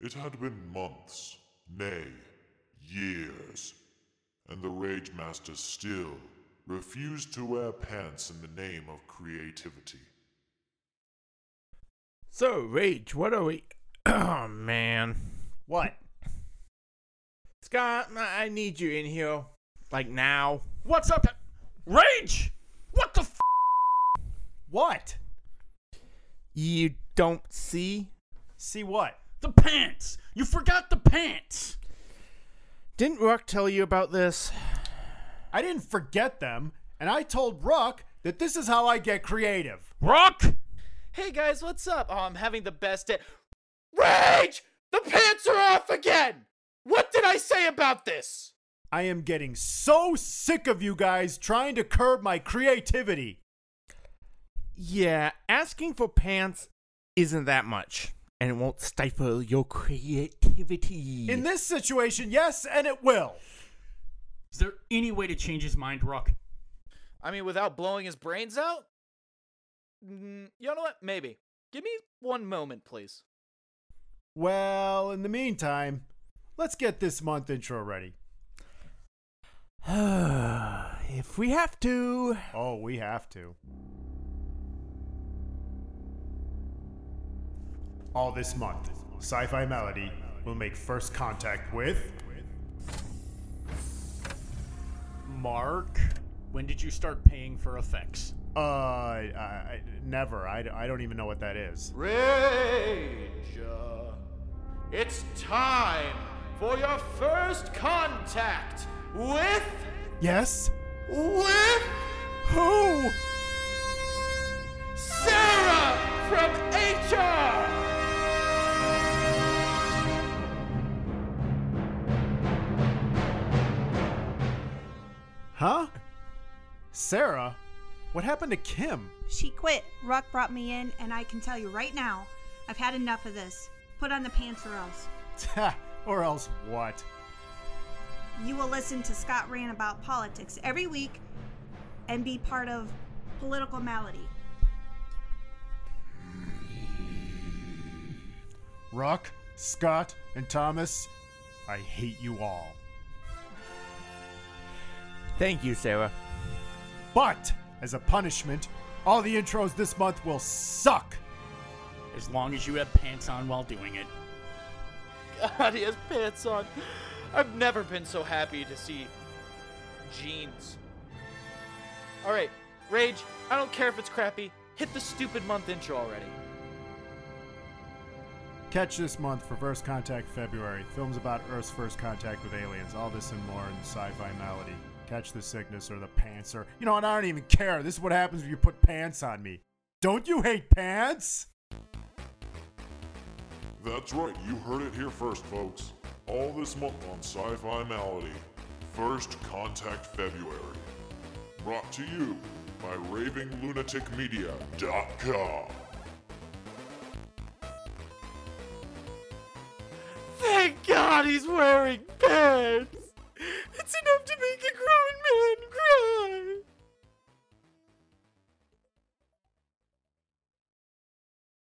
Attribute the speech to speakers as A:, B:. A: It had been months, nay, years, and the Rage Master still refused to wear pants in the name of creativity.
B: So, Rage, what are we. Oh, man.
C: What?
B: Scott, I I need you in here. Like now.
C: What's up?
B: Rage! What the f?
C: What?
B: You don't see?
C: See what?
D: The pants! You forgot the pants!
B: Didn't Rook tell you about this?
C: I didn't forget them, and I told Ruck that this is how I get creative.
D: Rock!
E: Hey guys, what's up? Oh, I'm having the best day. Rage! The pants are off again! What did I say about this?
C: I am getting so sick of you guys trying to curb my creativity.
B: Yeah, asking for pants isn't that much, and it won't stifle your creativity.
C: In this situation, yes, and it will.
D: Is there any way to change his mind, Rock?
E: I mean, without blowing his brains out? Mm, you know what? Maybe. Give me one moment, please.
C: Well, in the meantime, let's get this month intro ready.
B: if we have to.
C: Oh, we have to. All this month, Sci Fi Melody will make first contact with.
D: Mark, when did you start paying for effects?
C: Uh, I, I, never. I, I don't even know what that is.
E: Rage! It's time for your first contact with.
C: Yes?
E: with.
C: Who?
E: Sarah from HR!
C: Huh? Sarah? What happened to Kim?
F: She quit. Ruck brought me in, and I can tell you right now, I've had enough of this. Put on the pants or else.
C: or else what?
F: You will listen to Scott Rant about politics every week and be part of Political Malady.
C: Rock, Scott, and Thomas, I hate you all.
B: Thank you, Sarah.
C: But, as a punishment, all the intros this month will suck.
D: As long as you have pants on while doing it.
E: God, he has pants on. I've never been so happy to see jeans. Alright, Rage, I don't care if it's crappy. Hit the stupid month intro already.
C: Catch this month for First Contact February. Films about Earth's first contact with aliens. All this and more in sci fi malady. Catch the sickness or the pants or. You know what? I don't even care. This is what happens when you put pants on me. Don't you hate pants?
A: That's right, you heard it here first, folks. All this month on Sci Fi Malady, First Contact February. Brought to you by RavingLunaticMedia.com.
E: Thank God he's wearing pants!